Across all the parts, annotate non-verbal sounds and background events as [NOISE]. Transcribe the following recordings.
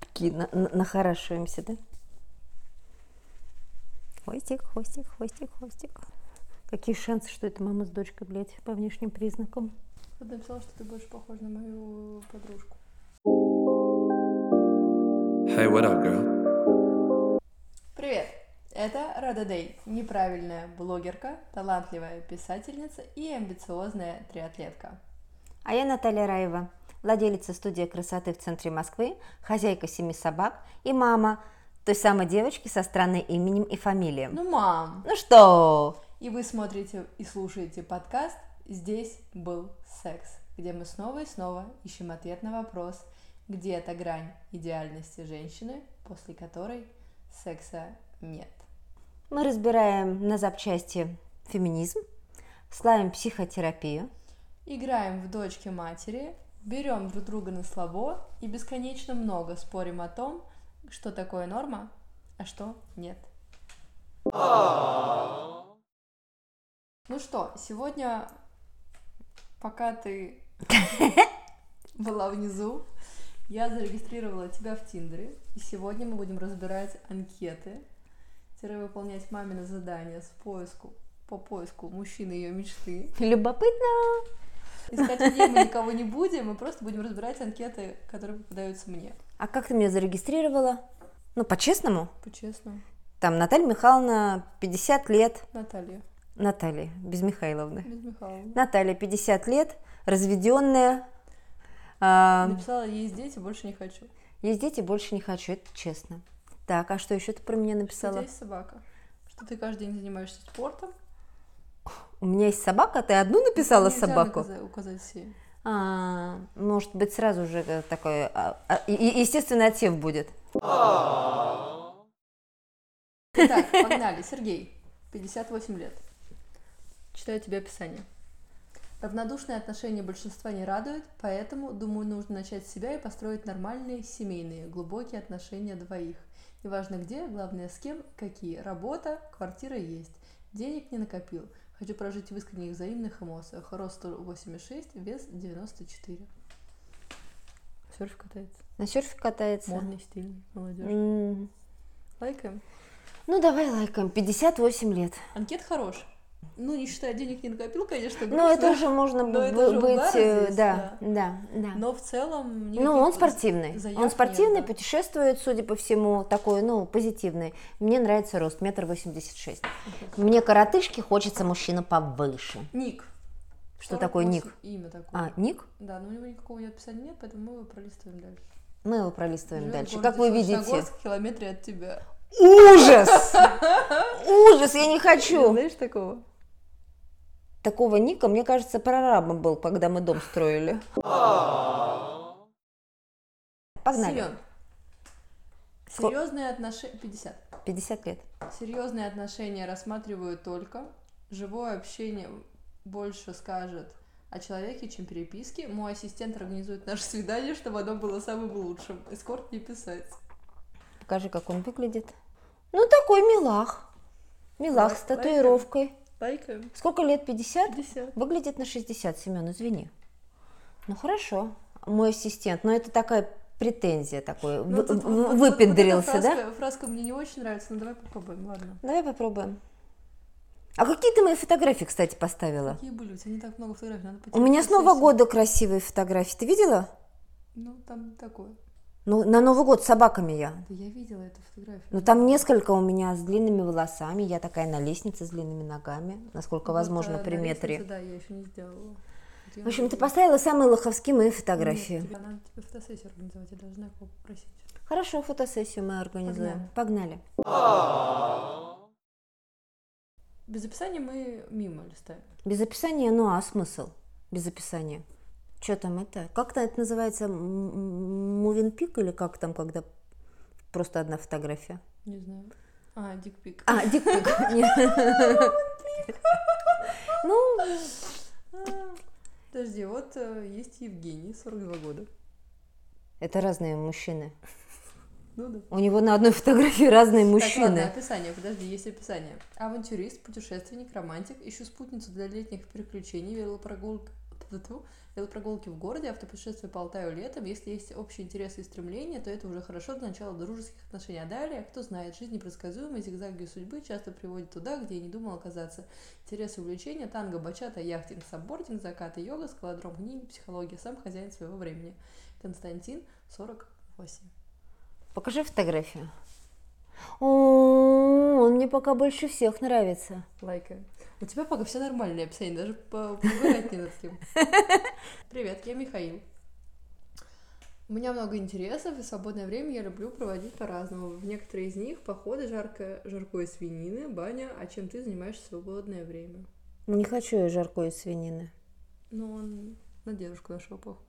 такие на- на- нахорашиваемся, да? Хвостик, хвостик, хвостик, хвостик. Какие шансы, что это мама с дочкой, блядь, по внешним признакам? Ты написала, что ты больше похожа на мою подружку. Hey, what up, girl? Привет! Это Рада Дэй, неправильная блогерка, талантливая писательница и амбициозная триатлетка. А я Наталья Раева, владелица студии красоты в центре Москвы, хозяйка семи собак и мама той самой девочки со странным именем и фамилией. Ну, мам! Ну что, И вы смотрите и слушаете подкаст «Здесь был секс», где мы снова и снова ищем ответ на вопрос, где эта грань идеальности женщины, после которой секса нет. мы разбираем на запчасти феминизм, славим психотерапию, Играем в дочки матери, берем друг друга на слабо и бесконечно много спорим о том, что такое норма, а что нет. Ну что, сегодня, пока ты [LAUGHS] была внизу, я зарегистрировала тебя в Тиндере, и сегодня мы будем разбирать анкеты, тире выполнять мамины задания с поиску по поиску мужчины ее мечты. любопытно, Искать людей мы никого не будем, мы просто будем разбирать анкеты, которые попадаются мне. А как ты меня зарегистрировала? Ну, по-честному. По-честному. Там Наталья Михайловна, 50 лет. Наталья. Наталья, без Михайловны. Без Михайловны. Наталья, 50 лет, разведенная. а, Написала, есть дети, больше не хочу. есть дети, больше не хочу, это честно. Так, а что еще ты про меня Что у тебя написала? есть собака. Что ты каждый день занимаешься спортом. У меня есть собака, а ты одну написала Нельзя собаку? наказа- указать все. А, может быть, сразу же э, такой а, а, и- и- естественный отсев будет. Итак, погнали. Сергей, 58 лет. Читаю тебе описание. Равнодушные отношения большинства не радуют, поэтому, думаю, нужно начать с себя и построить нормальные, семейные, глубокие отношения двоих. Неважно где, главное с кем, какие. Работа, квартира есть. Денег не накопил. Хочу прожить в искренних взаимных эмоциях. Рост 186, вес 94. Серф катается. На серфе катается. Модный, стильный, молодежь. М, Лайкаем. Ну, давай лайкаем. 58 лет. Анкет хорош. Ну, не считая денег не накопил, конечно, Ну, грустно. это уже можно Но бы- это бы- же быть, угар э, здесь, да, да, да. Но в целом... Ну, никаких он спортивный. заявки Он нет, спортивный, да. путешествует, судя по всему, такой, ну, позитивный. Мне нравится рост, метр восемьдесят шесть. Мне коротышки хочется мужчина повыше. Ник. Что такое 48, ник? Имя такое. А, ник? Да, но у него никакого нет описания нет, поэтому мы его пролистываем дальше. Мы его пролистываем Живет в дальше. городе Как вы видите. Солнечногорск, в километре от тебя. Ужас! Ужас, я не Ты хочу. знаешь такого? Такого ника, мне кажется, прорабом был, когда мы дом строили. Погнали. Семен. Ско- Серьезные отношения... 50. 50 лет. Серьезные отношения рассматриваю только. Живое общение больше скажет о человеке, чем переписки. Мой ассистент организует наше свидание, чтобы оно было самым лучшим. Эскорт не писать. Покажи, как он выглядит. Ну, такой милах. Милах с Лайк- лайкаем. татуировкой. Лайкаем. Сколько лет? 50? 50. Выглядит на 60, Семен, извини. Ну, хорошо. Мой ассистент. Но это такая претензия такой. Ну, вы- тут вы- вот- вот- выпендрился, вот эта да? фразка, Фразка мне не очень нравится, но давай попробуем, ладно. Давай попробуем. А какие ты мои фотографии, кстати, поставила? Какие были? У тебя не так много фотографий, надо У потерять меня с фотосессию. Нового года красивые фотографии. Ты видела? Ну, там такое. Ну, на Новый год с собаками я. Да я видела эту фотографию. Ну, там несколько у меня с длинными волосами. Я такая на лестнице с длинными ногами, насколько Вот, возможно э, при на метре. лестнице, Да, я еще не сделала. Вот я В общем, ты надела. поставила самые лоховские мои Нет, фотографии. тебе надо тебе фотосессию организовать, я должна его попросить. Хорошо, фотосессию мы организуем. Погнали. Без описания мы мимо листаем. Без описания, ну а смысл? Без описания. Что там это? Как-то это называется мувинпик или как там, когда просто одна фотография? Не знаю. А, дикпик. А, [LAUGHS] дикпик. Нет. Ну, А, Подожди, вот э, есть Евгений, 42 года. это разные мужчины. Ну да. У него на одной фотографии разные Так, ладно, мужчины. описание, подожди, есть описание. Авантюрист, путешественник, романтик, ищу спутницу для летних приключений, велопрогулок, ту-ту-ту. Это прогулки в городе, автопутешествия по Алтаю летом. Если есть общие интересы и стремления, то это уже хорошо для начала дружеских отношений. А далее, кто знает, жизнь непредсказуемая, зигзаги судьбы часто приводит туда, где я не думал оказаться. Интересы увлечения, танго, бачата, яхтинг, саббординг, закаты, йога, скалодром, книги, психология, сам хозяин своего времени. Константин, 48. Покажи фотографию. О, он мне пока больше всех нравится. Лайкаю. У тебя пока все нормальное описание, даже по- поругать не над [LAUGHS] кем. Привет, я Михаил. У меня много интересов, и свободное время я люблю проводить по-разному. В некоторые из них походы, жарко, жаркое свинины, баня, а чем ты занимаешься в свободное время? Не хочу я жаркое из свинины. Ну, он на девушку нашего похож.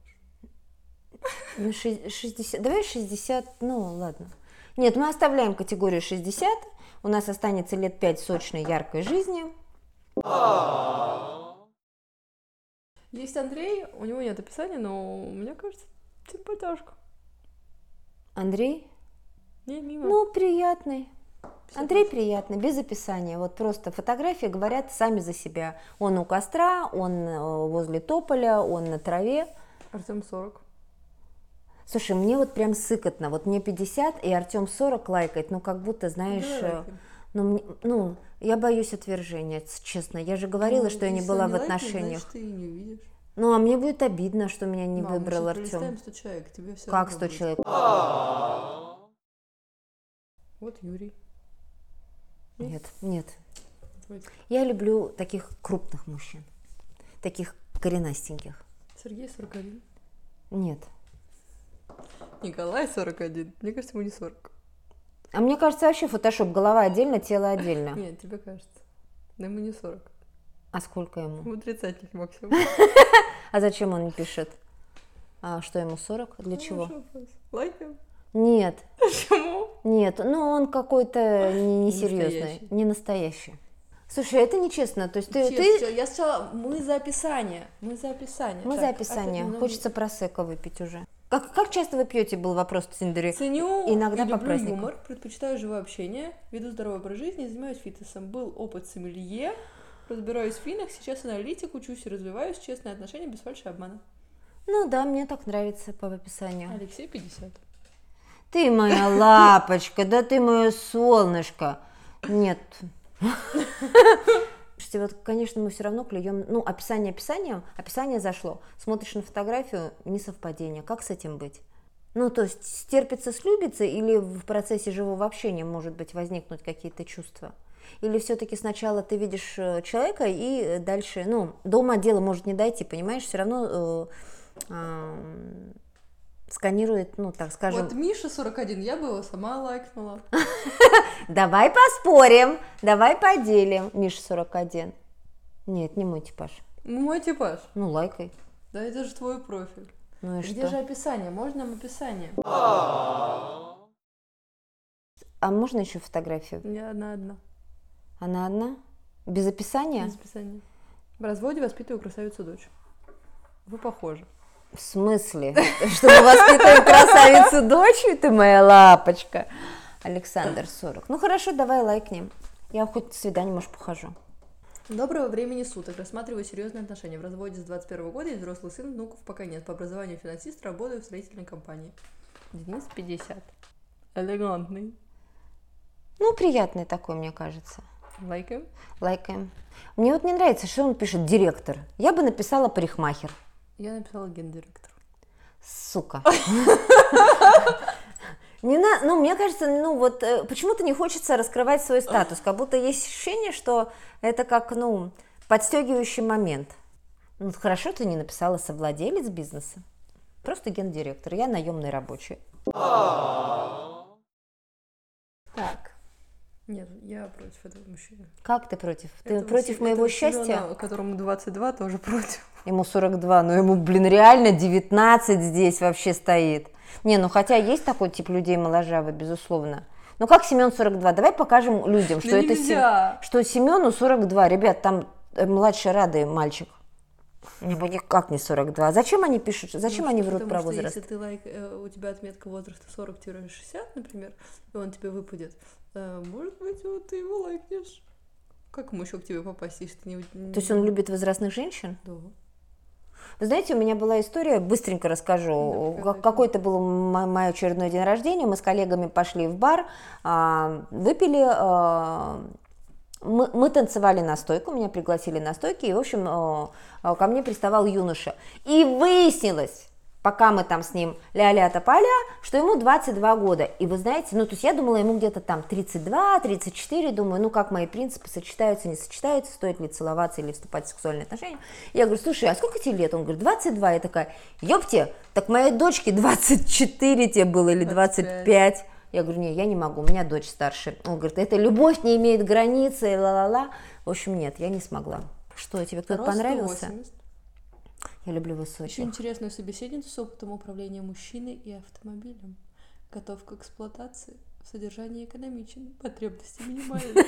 Ну, ши- 60, давай 60, ну ладно. Нет, мы оставляем категорию 60. У нас останется лет 5 сочной яркой жизни. Есть Андрей, у него нет описания, но мне кажется, типа симпатяшка. Андрей? Не, мимо. Ну, приятный. Всё Андрей приятный, без описания. Вот просто фотографии говорят сами за себя. Он у костра, он э, возле тополя, он на траве. Артем 40. Слушай, мне вот прям сыкотно. Вот мне 50, и Артем 40 лайкает. Ну, как будто, знаешь... Давай э, лайкнем. Ну, мне- ну, я боюсь отвержения, ц- честно. Я же говорила, Ну, что я не если была он в лайкнет, отношениях. Значит, ты и не увидишь. Ну, а мне будет обидно, что меня не Мам, мы выбрал сейчас пролистаем Артем. 100 человек, тебе все Как 100 человек? Вот Юрий. Нет, нет. Вот Я люблю таких крупных мужчин. Таких коренастеньких. Сергей 41. Нет. Николай 41. Мне кажется, ему не 40. А мне кажется, вообще фотошоп. Голова отдельно, тело отдельно. Нет, тебе кажется. Но ему не 40. А сколько ему? Ему тридцатник максимум. А зачем он не пишет? А что ему 40? Для чего? Хороший вопрос. Лайкаем. Нет, Почему? нет. Ну, он какой-то не- несерьезный, Ненастоящий. не настоящий. Слушай, это нечестно. То есть ты, Честно, ты- Я сначала... Мы за описание. Мы за описание. Мы Так, а ну, за опять описание. немного- Хочется просека выпить уже. Как, как часто вы пьете, был вопрос в Тиндере. Ценю Иногда и по люблю праздникам. юмор, предпочитаю живое общение, веду здоровый образ жизни, занимаюсь фитнесом. Был опыт сомелье, разбираюсь в финах, сейчас аналитик, учусь и развиваюсь, честные отношения без фальши и обмана. Ну да, мне так нравится по описанию. Алексей 50. Ты моя лапочка, да ты мое солнышко. Нет. Слушайте, вот, конечно, мы все равно клюем. Ну, описание описанием, описание зашло. Смотришь на фотографию, не совпадение. Как с этим быть? Ну, то есть стерпится, слюбится, или в процессе живого общения, может быть, возникнут какие-то чувства? Или все-таки сначала ты видишь э, человека, и э, дальше, ну, дома дело может не дойти, понимаешь, все равно э, ам, сканирует, ну, так скажем, Вот Миша 41, я бы его сама лайкнула. Давай поспорим, давай поделим. Миша 41. Нет, не мой типаж. Мой типаж. Ну, лайкай. Да это же твой профиль. Ну и Где что? же описание? Можно нам описание? А можно еще фотографию? У меня одна одна. Она одна? Без описания? Без описания. В разводе воспитываю красавицу дочь. Вы похожи. В смысле? Чтобы воспитывать красавицу дочь, ты моя лапочка. Александр 40. Ну хорошо, давай лайкнем. Я хоть на свидание, может, похожу. Доброго времени суток. Рассматриваю серьезные отношения. В разводе с 21 года и взрослый сын, внуков пока нет. По образованию финансист, работаю в строительной компании. Денис 50. Элегантный. Ну, приятный такой, мне кажется. Лайкаем. Лайкаем. Мне вот не нравится, что он пишет директор. Я бы написала парикмахер. Я написала гендиректору. Сука. Не на, ну, мне кажется, ну вот э, почему-то не хочется раскрывать свой статус, как будто есть ощущение, что это как, ну, подстегивающий момент. Ну, хорошо, ты не написала совладелец бизнеса. Просто гендиректор, я наемный рабочий. Так. Нет, я против этого мужчины. Как ты против? Ты Этого против се- моего этого счастья? Семёна, которому 22, [LAUGHS] тоже против. Ему 42, но ему, блин, реально 19 здесь вообще стоит. Не, ну хотя есть такой тип людей моложавый, безусловно. Ну как Семен 42? Давай покажем людям, что Да это Сем- Ну нельзя. что Семену 42. Ребят, там э, младший Рады мальчик. Ему никак не 42. Зачем они пишут? Зачем Ну, они что- врут про потому что возраст? Если ты лайк, э, у тебя отметка возраста 40-60, например, и он тебе выпадет, э, может быть, вот ты его лайкнешь. Как ему еще к тебе попасть, если ты не... То есть он любит возрастных женщин? Да. Вы знаете, у меня была история, быстренько расскажу. Ну, Как- давай. Какой-то был м- мой очередной день рождения, мы с коллегами пошли в бар, а, выпили, а, мы, мы танцевали на стойку, меня пригласили на стойки, и, в общем, а, а, ко мне приставал юноша. И выяснилось, пока мы там с ним ля-ля тополя, что ему 22 года. И вы знаете, ну, то есть я думала, ему где-то там 32-34, думаю, ну, как мои принципы сочетаются, не сочетаются, стоит ли целоваться или вступать в сексуальные отношения. Я говорю, слушай, а сколько тебе лет? Он говорит, 22. Я такая, ёпте, так моей дочке 24 тебе было или 25. 25. Я говорю, не, я не могу, у меня дочь старше. Он говорит, это любовь не имеет границы, ла-ла-ла. В общем, нет, я не смогла. Что, тебе кто-то Рост понравился? Ну 180. Я люблю Ищу высоких. интересную собеседницу с опытом управления мужчиной и автомобилем. Готов к эксплуатации. В содержании экономичен. Потребности минимальны.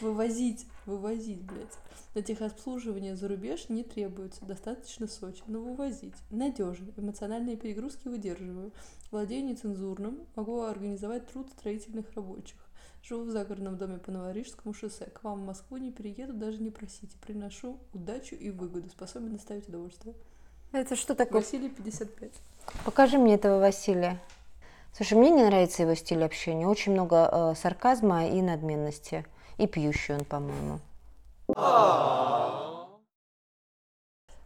Вывозить, вывозить, блядь. На техобслуживание за рубеж не требуется. Достаточно Сочи. Но вывозить. Надежен. Эмоциональные перегрузки выдерживаю. Владею нецензурным. Могу организовать труд строительных рабочих. Живу в загородном доме по Новорижскому шоссе. К вам в Москву не перееду, даже не просите. Приношу удачу и выгоду. Способен доставить удовольствие. Это что такое? Василий, 55. Покажи мне этого Василия. Слушай, мне не нравится его стиль общения. Очень много э, сарказма и надменности. И пьющий он, по-моему.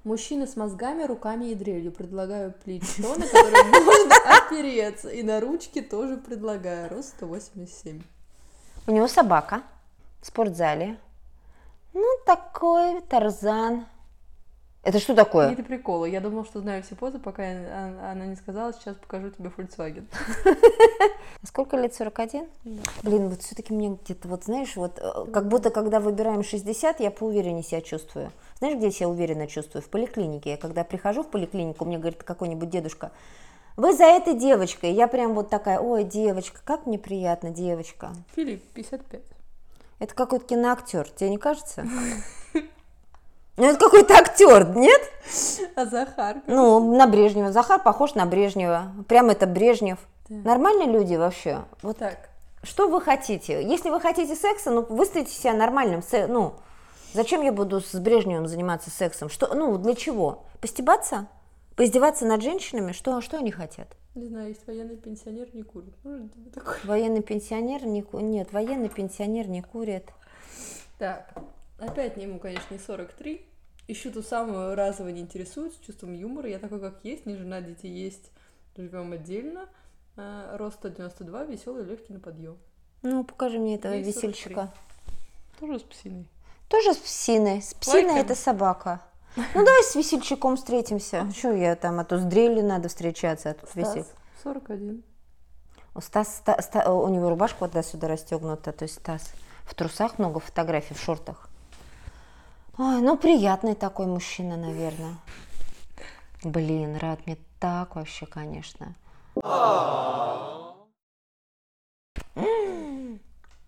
Мужчина с мозгами, руками и дрелью. Предлагаю плечо, на которое [LAUGHS] можно опереться. И на ручки тоже предлагаю. Рост 187. У него собака в спортзале. Ну, такой Тарзан. Это что такое? Какие-то приколы. Я думала, что знаю все позы, пока я- а- она не сказала. Сейчас покажу тебе Volkswagen. [LAUGHS] А Сколько лет? 41? Блин, вот все-таки мне где-то, вот знаешь, вот э, как будто когда выбираем 60, я поувереннее себя чувствую. Знаешь, где я себя уверенно чувствую? В поликлинике. Я когда прихожу в поликлинику, мне говорит какой-нибудь дедушка, вы за этой девочкой. Я прям вот такая, ой, девочка, как мне приятно, девочка. Филипп, 55. Это какой-то киноактер, тебе не кажется? Ну, это какой-то актер, нет? А Захар? Ну, на Брежнева. Захар похож на Брежнева. Прям это Брежнев. Да. Нормальные люди вообще. Вот так. Что вы хотите? Если вы хотите секса, ну, выставите себя нормальным. се- Ну, зачем я буду с Брежневым заниматься сексом? Что, ну, для чего? Постебаться? Поиздеваться над женщинами? Что, что они хотят? Не знаю, есть военный пенсионер, не курит. Может, тебе такое? Военный пенсионер не ку- Нет, военный пенсионер не курит. Так, опять не ему, конечно, не 43. Ищу ту самую разово не интересуюсь, с чувством юмора. Я такой, как есть, не жена, дети есть. Живем отдельно. А, Рост 192, веселый, легкий на подъем. Ну, покажи мне этого Ей 43. весельчака. Тоже с псиной. Тоже с псиной. С псиной Лайкаем. это собака. Ну, давай с весельчаком встретимся. Что я там, а то с дрелью надо встречаться, а тут весель. Стас, 41. У Стас, Ста- Ста- э, у него рубашка вот до сюда расстегнута, то есть Стас в трусах много фотографий, в шортах. Ой, ну приятный такой мужчина, наверное. Блин, рад мне так вообще, конечно. М, М-м-м.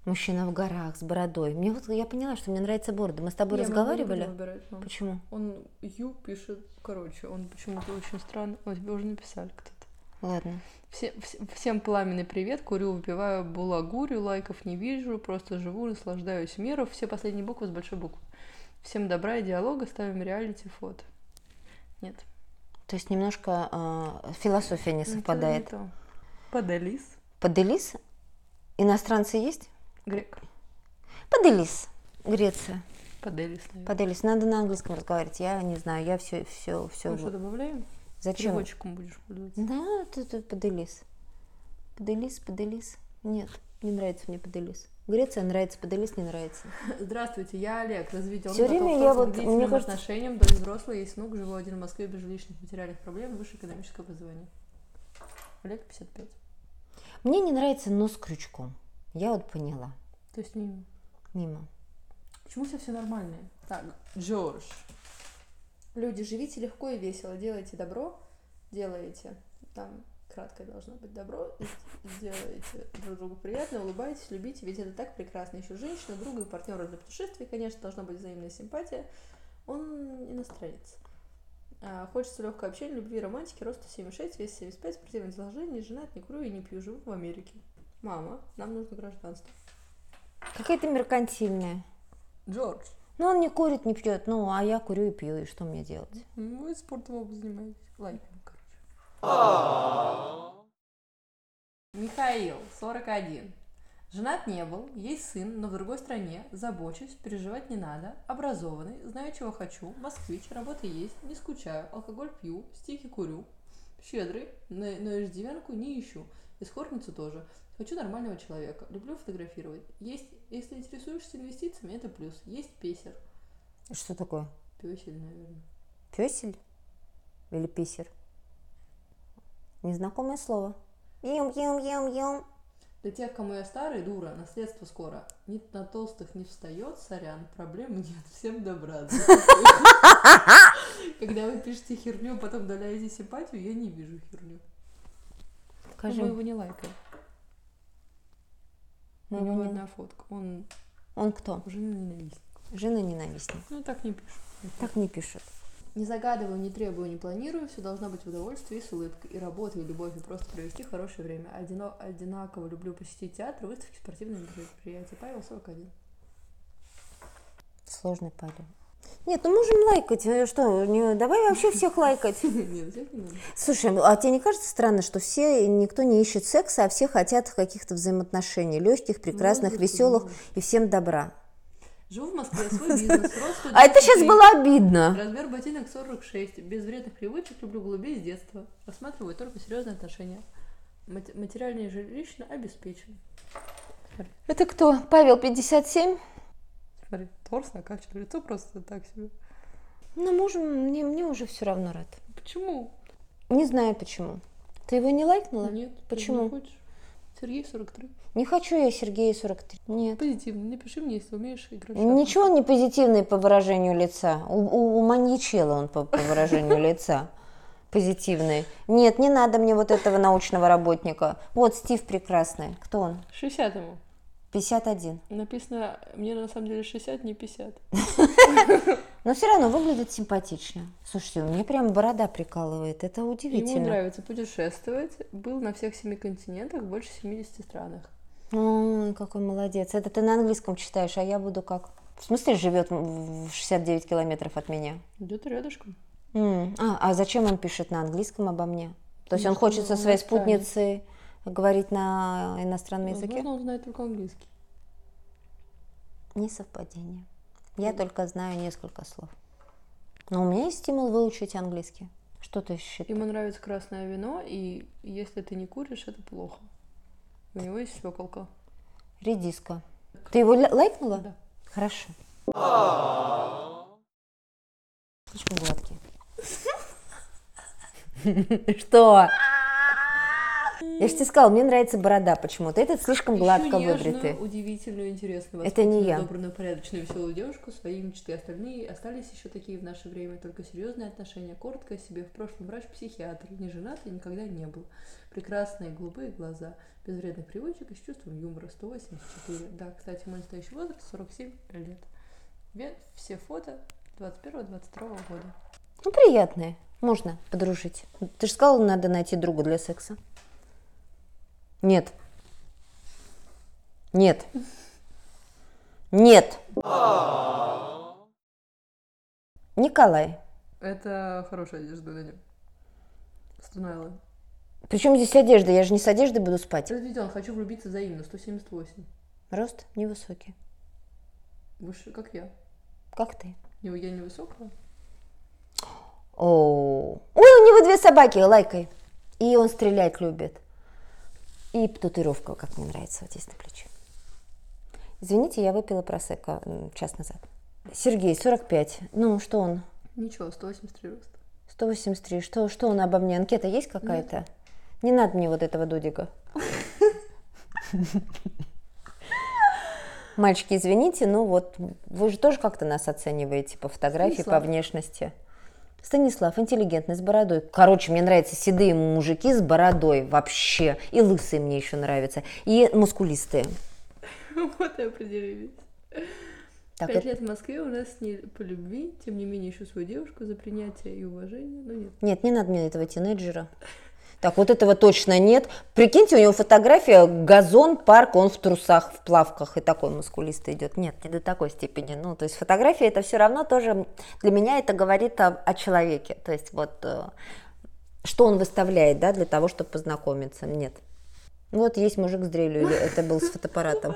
Мужчина в горах с бородой. Мне вот я поняла, что мне нравится борода. Мы с тобой Я могу разговаривали. не выбирать, мам. Почему? Он Ю пишет, короче, он почему-то очень странно. Ой, тебе уже написали кто-то. Ладно. Все- вс- всем пламенный привет, курю, выпиваю, булагурю, лайков не вижу, просто живу, наслаждаюсь миром. Все последние буквы с большой буквы. Всем добра и диалога, ставим реалити фото. Нет. То есть немножко э, философия не ну, совпадает. что-то не то. Подалис. Поделис? Иностранцы есть? Грек. Поделис. Греция. Поделис, наверное. Поделис. Надо на английском разговаривать. Я не знаю, я все, все, все. Ну что, добавляем? Зачем? Переводчиком будешь пользоваться. Да, тут тут Поделис. Поделис, Поделис. Нет, не нравится мне Поделис. Греция нравится, Поделис не нравится. Здравствуйте, я Олег, развитие Всё время я вот- мне кажется- отношениям, дом взрослый, есть внук, живу один в Москве без жилищных материальных проблем, высшее экономическое образование. Олег, 55. Мне не нравится нос крючком. Я вот поняла. То есть мимо. Мимо. Почему все все нормальные? Так, Джордж. Люди, живите легко и весело, делайте добро, делайте, там краткое должно быть добро, и делайте друг другу приятно, улыбайтесь, любите, ведь это так прекрасно. Еще женщина, друга и партнера для путешествий, конечно, должна быть взаимная симпатия. Он иностранец. А, Хочется легкое общение, любви, романтики, роста 7,6, вес 75, противное изложение, женат, не курю и не пью, живу в Америке. Мама, нам нужно гражданство. Какая-то меркантильная. Джордж. Ну, он не курит, не пьет. Ну, а я курю и пью, и что мне делать? Ну, Вы спортом оба занимаетесь. Лайком, короче. А. Михаил, 41. Женат не был, есть сын, но в другой стране, забочусь, переживать не надо, образованный, знаю, чего хочу, москвич, работа есть, не скучаю, алкоголь пью, стики курю, щедрый, но, но иждивенку не ищу, и скорбницу тоже. Хочу нормального человека, люблю фотографировать. Есть, если интересуешься инвестициями, это плюс. Есть песер. Что такое? Песель, наверное. Песель? Или писер? Незнакомое слово. Юм-юм-юм-юм. Для тех, кому я старый, дура, наследство скоро. Ни на толстых не встает, сорян, проблем нет, [LAUGHS] всем добра. Когда вы пишете херню, а потом удаляете симпатию, я не вижу херню. Скажи, Мы его не лайкаем. У Мы его него не- одна фотка, он он кто? уже ненавистник. Жена ненавистник. Ну, так не пишет. Так не пишут. Не загадываю, не требую, не планирую, все должно быть в удовольствии и с улыбкой. И работа, и любовь, и просто провести хорошее время. Одино- Одинаково люблю посетить театр, выставки, спортивные мероприятия. Павел 41. Сложный парень. Нет, ну можем лайкать. э, Что, не- давай вообще всех лайкать. [LAUGHS] Нет, всех не надо. [LAUGHS] Слушай, ну, а тебе не кажется странно, что все, никто не ищет секса, а все хотят каких-то взаимоотношений, легких, прекрасных, быть, веселых может и всем добра? Живу в Москве, свой бизнес, [LAUGHS] рост А это сейчас 193, было обидно. Размер ботинок 46, без вредных привычек, люблю голубей с детства. Рассматриваю только серьезные отношения. Мат- материально и жилищно обеспечен. Это кто? Павел 57? Смотри, торс накачан, лицо просто так себе. Ну, мужу мне, мне уже все равно рад. Почему? Не знаю почему. Ты его не лайкнула? Нет, ты Почему? не хочешь. Сергей 43. Не хочу я Сергея 43. Нет. Позитивно, напиши мне, если умеешь играть. в шахматы. Ничего он не позитивный по выражению лица. У, у, у маньячела он по, по выражению лица позитивный. Нет, не надо мне вот этого научного работника. Вот Стив прекрасный. Кто он? 60 ему. 51. Написано, мне на самом деле 60, не 50. Но все равно выглядит симпатично. Слушайте, мне прям борода прикалывает. Это Ему удивительно. нравится путешествовать, был на всех семи континентах, больше 70 странах. Ой, какой молодец. Это ты на английском читаешь, а я буду как? В смысле живет в 69 километров от меня? Где-то рядышком. М, А, а зачем он пишет на английском обо мне? То есть он Потому хочет что со своей он иностранец. спутницей говорить на иностранном языке? Возможно, он знает только английский. Не совпадение. Я только знаю несколько слов. Но у меня есть стимул выучить английский. Что ты считаешь? Ему нравится красное вино, и если ты не куришь, это плохо. У него есть свеколка. Редиска. Ты его ля- лайкнула? Да. Хорошо. Слишком гладкий. [LAUGHS] Что? Я же тебе сказала, мне нравится борода почему-то. Этот слишком гладко выбритый. удивительную, интересную, Это не я. воспитанную, добрую, порядочную, веселую девушку, свои мечты. Остальные остались еще такие в наше время, только серьезные отношения. Коротко о себе. В прошлом врач-психиатр, не женат и никогда не был. Прекрасные голубые глаза, без вредных привычек и с чувством юмора. 184. Да, кстати, мой настоящий возраст 47 лет. Ве- Все фото 21-22 года. Ну, приятные. Можно подружить. Ты же сказала, надо найти друга для секса. Нет. Нет. Нет. Николай. Это хорошая одежда на нем. Стунайла. Причем здесь одежда? Я же не с одеждой буду спать. Разведен, хочу влюбиться взаимно. 178. Рост невысокий. Выше, как я. Как ты? Не, я не высокая. Оу. Ой, у него две собаки, лайкай. И он стрелять любит. И татуировка, как мне нравится, вот здесь на плече. Извините, я выпила просека м, час назад. Сергей, 45. Ну, что он? Ничего, 183 роста. 183. Что, что он обо мне? Анкета есть какая-то? Не надо мне вот этого дудика. Мальчики, извините, ну вот вы же тоже как-то нас оцениваете по фотографии, Станислав. по внешности. Станислав, интеллигентный, с бородой. Короче, мне нравятся седые мужики с бородой вообще. И лысые мне еще нравятся. И мускулистые. [LAUGHS] Вот и определились. Так, Пять это- лет в Москве у нас не по любви, тем не менее ищу свою девушку за принятие и уважение, но нет. Нет, не надо мне этого тинейджера. Так, вот этого точно нет. Прикиньте, у него фотография, газон, парк, он в трусах, в плавках, и такой мускулистый идет. Нет, не до такой степени. Ну, то есть фотография это все равно тоже, для меня это говорит о, о человеке. То есть вот, э, что он выставляет, да, для того, чтобы познакомиться. Нет. Вот есть мужик с дрелью, или это был с фотоаппаратом.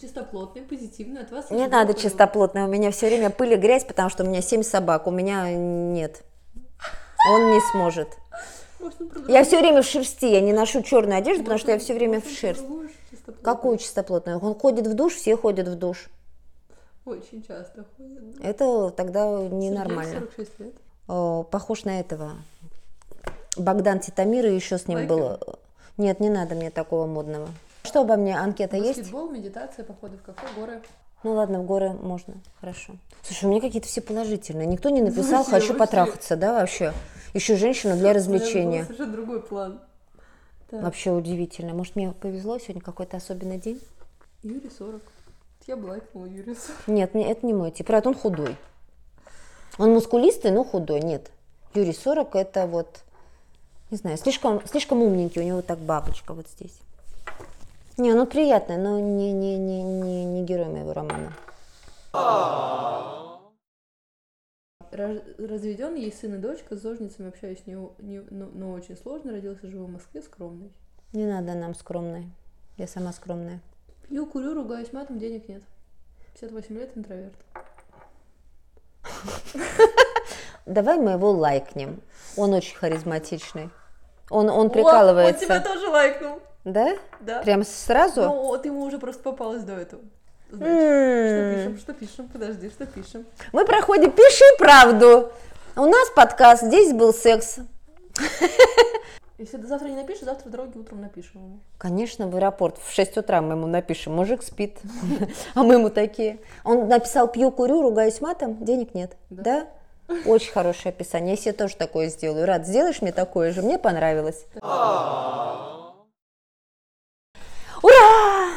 Чистоплотный, позитивный, от вас... Не ожидала надо такого. чистоплотное, у меня все время пыль и грязь, потому что у меня семь собак, у меня нет. Он не сможет. Может, он про Я все время в шерсти, я не ношу черную одежду, потому что я другую- все время в может, он шерсть. другую чистоплотную. Какую чистоплотную? Он ходит в душ, все ходят в душ. Очень часто ходит. да. Это тогда Сергею ненормально. 46 лет. О, Похож на этого. Богдан Титамир и еще с ним Лайкер? было. Нет, не надо мне такого модного. Что обо мне? Анкета есть? Баскетбол, медитация, походы в кафе, горы. Ну ладно, в горы можно. Хорошо. Слушай, у меня какие-то все положительные. Никто не написал, Вообще, хочу вообще. потрахаться, да, вообще? Еще женщину для У меня развлечения. был совершенно другой план. Так, Вообще удивительно. Может, мне повезло сегодня какой-то особенный день? Юрий 40. Я бы лайкнула Юрий 40. Нет, не- это не мой тип. Правда, он худой. Он мускулистый, но худой. Нет. Юрий 40 это вот, не знаю, слишком, слишком умненький. У него вот так бабочка вот здесь. Не, ну приятный, но не, не, не, не, не герой моего романа. Разведен, есть сын и дочка, с зожницами общаюсь не, о- не- но, но очень сложно. Родился, живу в Москве, скромный. Не надо нам скромной. Я сама скромная. Пью, курю, ругаюсь матом, денег нет. 58 лет, интроверт. Давай мы его лайкнем. Он очень харизматичный. Он, он О, прикалывается. он тебя тоже лайкнул. Да? Да. Прям сразу? Ну, вот ему уже просто попалось до этого. Значит, Ну, что М. пишем, что пишем, подожди, что пишем. Мы проходим «Пиши правду». У нас подкаст «Здесь был секс». Если до завтра не напишешь, завтра в дороге утром напишем ему. Конечно, в аэропорт в 6 утра мы ему напишем, мужик спит, [LAUGHS] а мы ему такие. Он написал пью, курю, ругаюсь матом, денег нет. Да? Очень хорошее описание. Я себе тоже такое сделаю. Рад, сделаешь мне такое же? Мне понравилось. Ура!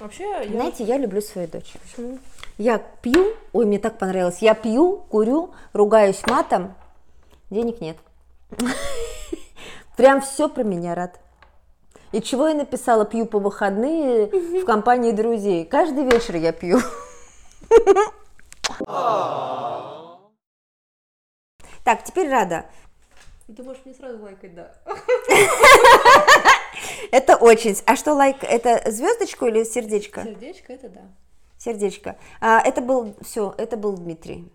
Вообще, я... Знаете, я люблю свою дочь. Я пью, ой, мне так понравилось, я пью, курю, ругаюсь матом, денег нет. Прям все про меня рад. И чего я написала пью по выходные в компании друзей? Каждый вечер я пью. Так, теперь рада. Ты можешь мне сразу лайкать, да. Это очень. А что лайк? Это звездочку или сердечко? Сердечко это да. Сердечко. А, это был все, это был Дмитрий.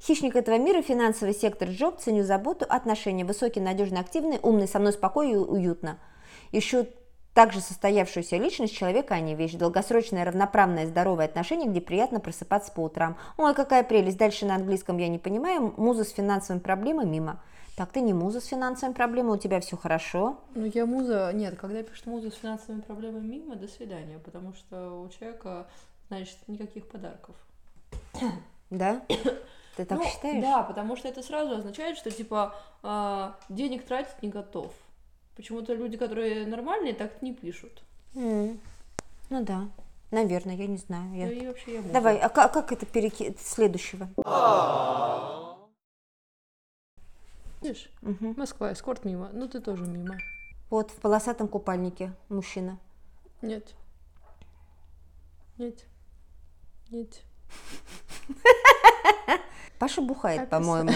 Хищник этого мира, финансовый сектор, джоб, ценю заботу, отношения, высокий, надежный, активный, умный, со мной спокойно и уютно. Ищу также состоявшуюся личность человека, а не вещь. Долгосрочное, равноправное, здоровое отношение, где приятно просыпаться по утрам. Ой, какая прелесть. Дальше на английском я не понимаю. Муза с финансовыми проблемами мимо. Так, ты не муза с финансовыми проблемами, у тебя все хорошо. Ну, я муза... Нет, когда пишут музу с финансовыми проблемами мимо, до свидания, потому что у человека, значит, никаких подарков. [COUGHS] Да? Ты так Ну, считаешь? Да, потому что это сразу означает, что, типа, а, денег тратить не готов. Почему-то люди, которые нормальные, так не пишут. М. Ну да. Наверное, я не знаю. Я Ну и вообще я муза. Давай, а ка- а как это перекинуть следующего? Видишь, Мгм. Москва, эскорт мимо. Ну, ты тоже мимо. Вот в полосатом купальнике мужчина. Нет. Нет. Нет. Паша бухает, Описал. по-моему.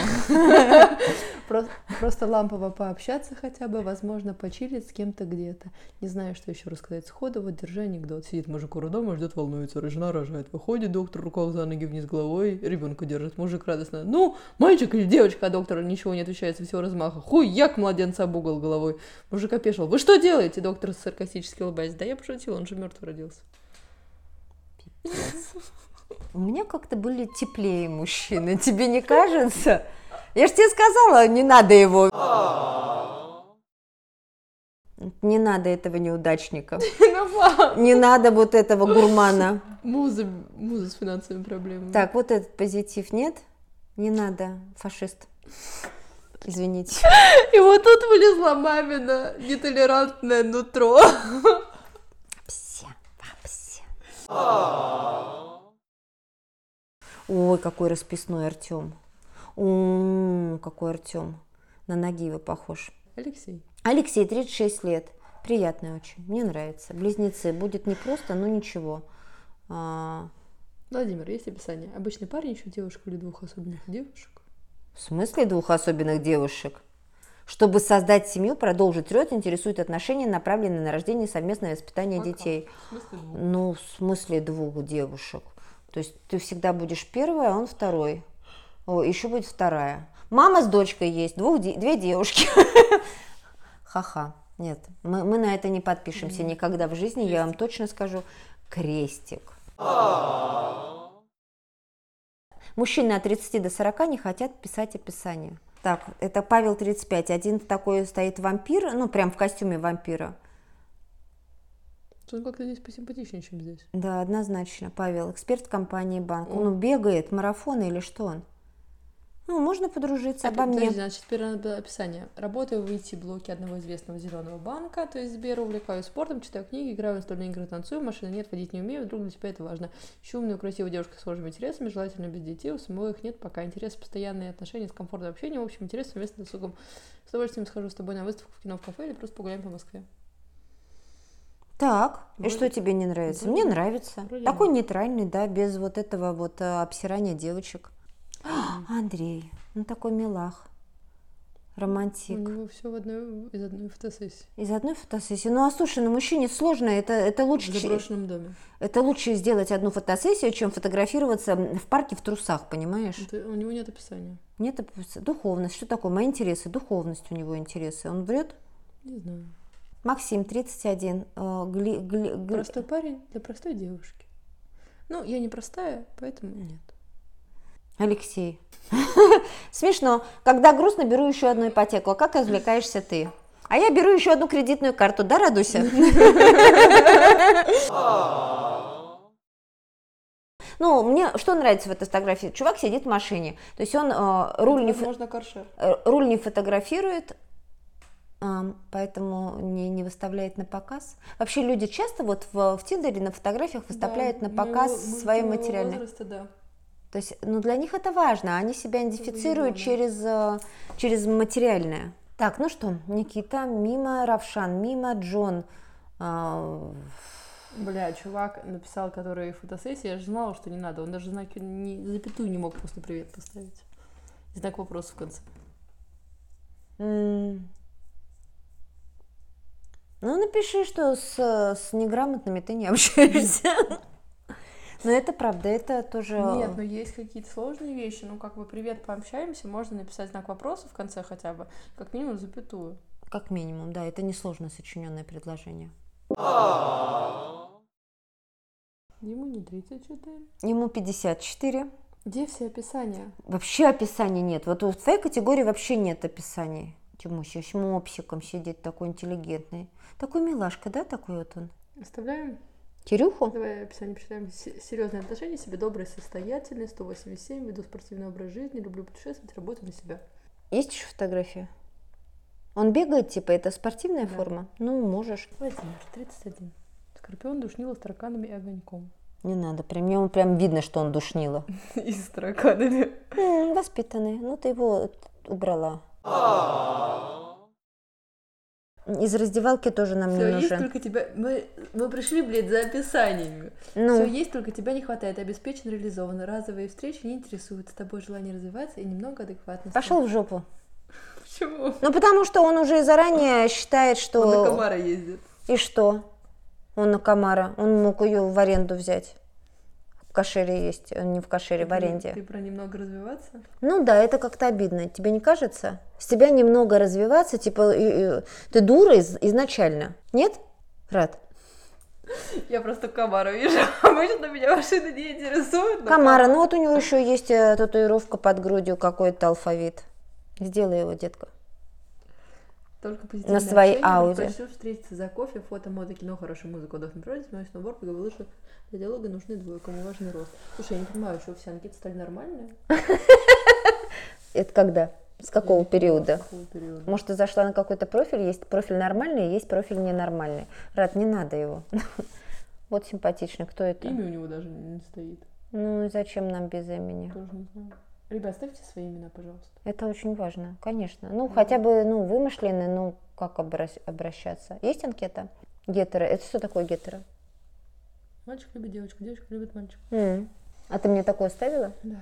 Просто, лампово пообщаться хотя бы, возможно, почилить с кем-то где-то. Не знаю, что еще рассказать сходу, вот держи анекдот. Сидит мужик у дома, ждет, волнуется, жена рожает. Выходит доктор, рукав за ноги вниз головой, ребенка держит. Мужик радостно. Ну, мальчик или девочка, а доктор ничего не отвечает со всего размаха. Хуяк младенца об угол головой. Мужик опешил. Вы что делаете? Доктор саркастически улыбаясь. Да я пошутил, он же мертв родился. [LAUGHS] У меня как-то были теплее мужчины, тебе не кажется? Я же тебе сказала, не надо его. Не надо этого неудачника. Не надо вот этого гурмана. Ну Муза, муза с финансовыми проблемами. Так, вот этот позитив нет. Не надо, фашист. Извините. [LAUGHS] И вот тут вылезла мамина нетолерантное нутро. [LAUGHS] Пся, папся. Ой, какой расписной Артем. М, М-м-м, какой Артем. На Нагиева похож. Алексей. Алексей, 36 лет. Приятный очень. Мне нравится. Близнецы. Будет непросто, но ничего. А, Владимир, есть описание? Обычный парень ищет девушку или двух особенных девушек? в смысле двух особенных девушек? Чтобы создать семью, продолжить род, интересует отношения, направленные на рождение и совместное воспитание Пока. детей. В смысле двух? Ну, в смысле двух девушек. То есть ты всегда будешь первая, а он второй. О, еще будет вторая. Мама с дочкой есть, двух, де- две девушки. [LAUGHS] Ха-ха. Нет, мы, мы на это не подпишемся никогда в жизни, я вам точно скажу. Крестик. Мужчины от 30 до 40 не хотят писать описание. Так, это Павел 35. Один такой стоит вампир, ну, прям в костюме вампира. Он как-то здесь посимпатичнее, чем здесь. Да, однозначно, Павел, эксперт компании банк. Он Мгм. бегает, марафоны или что он? Ну, можно подружиться А, обо мне. Подожди, значит, теперь надо описание. Работаю в IT-блоке одного известного зеленого банка, то есть Сбер, увлекаюсь спортом, читаю книги, играю в настольные игры, танцую, машины нет, водить не умею, вдруг для тебя это важно. Ищу умную, красивую девушку с схожими интересами, желательно без детей, у самого их нет пока. Интерес, постоянные отношения, с комфортным общением, в общем, интерес совместно с досугом. С удовольствием схожу с тобой на выставку, в кино, в кафе или просто погуляем по Москве. Так, и Вроде- что тебе не нравится? вроде- Мне нравится. вроде Такой нейтральный, да, без вот этого вот э, обсирания девочек. [GASPS] Андрей, ну такой милах, У романтик. него все в одной, из одной фотосессии. Из одной фотосессии. Ну, а слушай, ну мужчине сложно, это, это лучше, В че- заброшенном доме. это лучше сделать одну фотосессию, чем фотографироваться в парке в трусах, понимаешь? Это- у него нет описания. Нет, это просто духовность. Что такое? Мои интересы. Духовность у него интересы. Он врет? Не знаю. Максим, 31. э, гли- гли- гли- Простой парень для простой девушки. Ну, я не простая, поэтому нет. Алексей. [LAUGHS] Смешно. Когда грустно, беру еще одну ипотеку. А как развлекаешься ты? А я беру еще одну кредитную карту. Да, радуйся? [LAUGHS] Ну, мне что нравится в этой фотографии? Чувак сидит в машине. То есть он э, Ну, руль не... фо- Можно каршер. Э, руль не фотографирует, ам, поэтому не, не выставляет на показ. Вообще люди часто вот в, в Тиндере на фотографиях выставляют Да, ну, на показ моего- свои моего материальные. возраста, да. То есть, ну для них это важно, они себя идентифицируют да. через, э, через материальное. Так, ну что, Никита, мимо Равшан, мимо Джон. А, Бля, чувак написал, который фотосессия, я же знала, что не надо. Он даже знаки не, запятую не мог после привет поставить. И Знак вопроса в конце. м. Ну, напиши, что с, с неграмотными ты не [LAUGHS] общаешься. Но это правда, это тоже... Нет, но есть какие-то сложные вещи. Ну, как бы привет, пообщаемся, можно написать знак вопроса в конце хотя бы, как минимум запятую. Как минимум, да, это несложно сочиненное предложение. Ему не 34. Ему 54. Где все описания? Вообще описаний нет. Вот в твоей категории вообще нет описаний. Тимуся, с мопсиком сидит такой интеллигентный. Такой милашка, да, такой вот он? Оставляем. Кирюху? Давай описание почитаем. Серьезные отношения, себе добрый, состоятельный, 187, веду спортивный образ жизни, люблю путешествовать, работаю на себя. Есть еще фотография? Он бегает, типа, это спортивная Да. форма? Ну, можешь. Владимир, 31. Скорпион душнила с тараканами и огоньком. [LAUGHS] Не надо, прям, ему прям видно, что он душнила. И с тараканами. М, Воспитанный. Ну, ты его т- убрала. Из раздевалки тоже нам не Все, есть нужен. только тебя... Мы, мы пришли, блядь, за описаниями. Все Ну, есть, только тебя не хватает. Обеспечен, реализован. Разовые встречи не интересуют. С тобой желание развиваться и немного адекватности. пошел в жопу. Почему? Ну, потому что он уже заранее считает, что... Он на комара ездит. И что? Он на комара. Он мог ее в аренду взять. В кошере есть, э, не в кошере, в Ты аренде. про немного развиваться? Ну да, это как-то обидно. Тебе не кажется? С тебя немного развиваться, типа, и- и- ты дура из- изначально. Нет? Рад. Я просто комара вижу. [LAUGHS] Обычно меня машины не интересуют. но Комара, ну вот у него еще есть э, татуировка под грудью, какой-то алфавит. Сделай его, детка. Только позитивное своей общение, Ауди. предпочту встретиться за кофе, фото, мода, кино, хорошую музыку, отдых на природе, смешной убор, поговорил, что для диалога нужны двое, кому важен рост. Слушай, я не понимаю, что все анкеты стали нормальные? Это когда? С какого периода? Какого периода? Может, ты зашла на какой-то профиль, есть профиль нормальный, есть профиль ненормальный. Рад, не надо его. [LAUGHS] Вот симпатично, кто это? Имя у него даже не стоит. Ну и зачем нам без имени? Тоже не знаю. Ребят, ставьте свои имена, пожалуйста. Это очень важно, конечно. Ну, хотя бы, ну, вымышленные, ну, как обра- обращаться. Есть анкета? Гетеры. Это что такое гетеры? Мальчик любит девочку, девочка любит мальчика. М. А ты мне такое ставила? Да.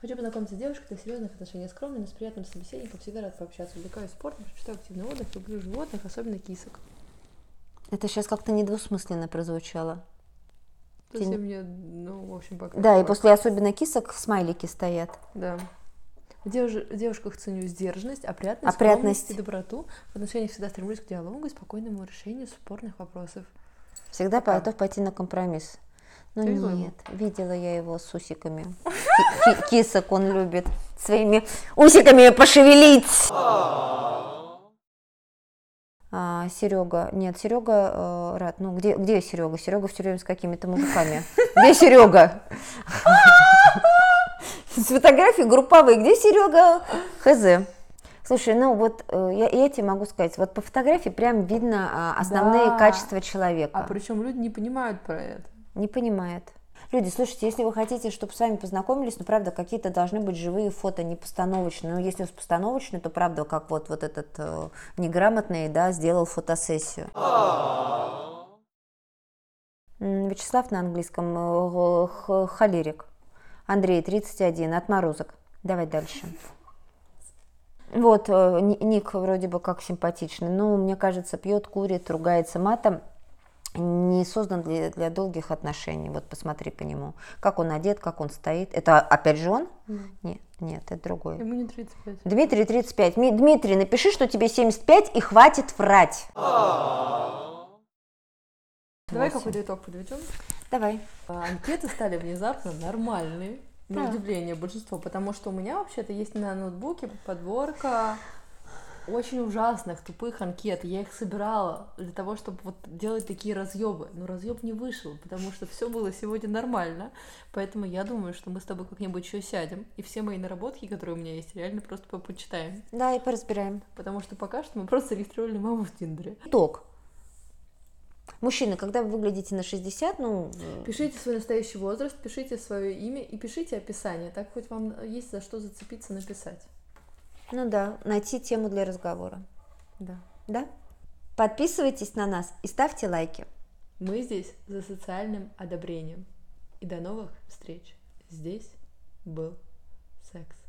Хочу познакомиться с девушкой для серьезных отношений. Я скромный, но с приятным собеседником. Всегда рад пообщаться. Увлекаюсь спортом, предпочитаю активный отдых, люблю животных, особенно кисок. Это сейчас как-то недвусмысленно прозвучало. То есть я мне, ну, в общем, пока. Да, и такое. после особенно кисок смайлики стоят. Да. В девуж- в девушках ценю сдержанность, опрятность, Опрятность. скромность и доброту. В отношениях всегда стремлюсь к диалогу и спокойному решению спорных вопросов. Всегда готов пойти на компромисс. Ну Ты видела его? нет, видела я его с усиками. Ки- ки- Кисок он любит. Своими усиками пошевелить. А, Серега, нет, Серега э, рад. Ну, где, где Серега? Серега все время с какими-то мужиками. Где Серега? С фотографии групповые. Где Серега? Хз. Слушай, ну вот э, я, я тебе могу сказать, вот по фотографии прям видно а, основные Да. качества человека. А причем люди не понимают про это. Не понимает. Люди, слушайте, если вы хотите, чтобы с вами познакомились, ну, правда, какие-то должны быть живые фото, не постановочные. Ну, если у вас постановочные, то, правда, как вот, вот этот э, неграмотный, да, сделал фотосессию. М, Вячеслав на английском, э, х- холерик. Андрей, 31, отморозок. Давай дальше. Вот, э, ни- ник вроде бы как симпатичный, но, мне кажется, пьет, курит, ругается матом не создан для, для долгих отношений. Вот посмотри по нему. Как он одет, как он стоит. Это опять же он? Нет, нет, это другой. Ему не 35. Дмитрий 35. Ми- Дмитрий, напиши, что тебе 75 и хватит врать. Давай Восемь. какой-то итог подведем. Давай. А, Анкеты стали внезапно нормальные. На удивление большинство, потому что у меня вообще-то есть на ноутбуке подборка очень ужасных, тупых анкет. Я их собирала для того, чтобы вот делать такие разъебы. Но разъеб не вышел, потому что все было сегодня нормально. Поэтому я думаю, что мы с тобой как-нибудь еще сядем. И все мои наработки, которые у меня есть, реально просто по- почитаем. Да, и поразбираем. Потому что пока что мы просто регистрировали маму в Тиндере. Итог. Мужчина, когда вы выглядите на 60, ну, Пишите свой настоящий возраст, пишите свое имя и пишите описание. Так хоть вам есть за что зацепиться написать. ну да, найти тему для разговора. Да. Да? Подписывайтесь на нас и ставьте лайки. Мы здесь за социальным одобрением. И до новых встреч. Здесь был секс.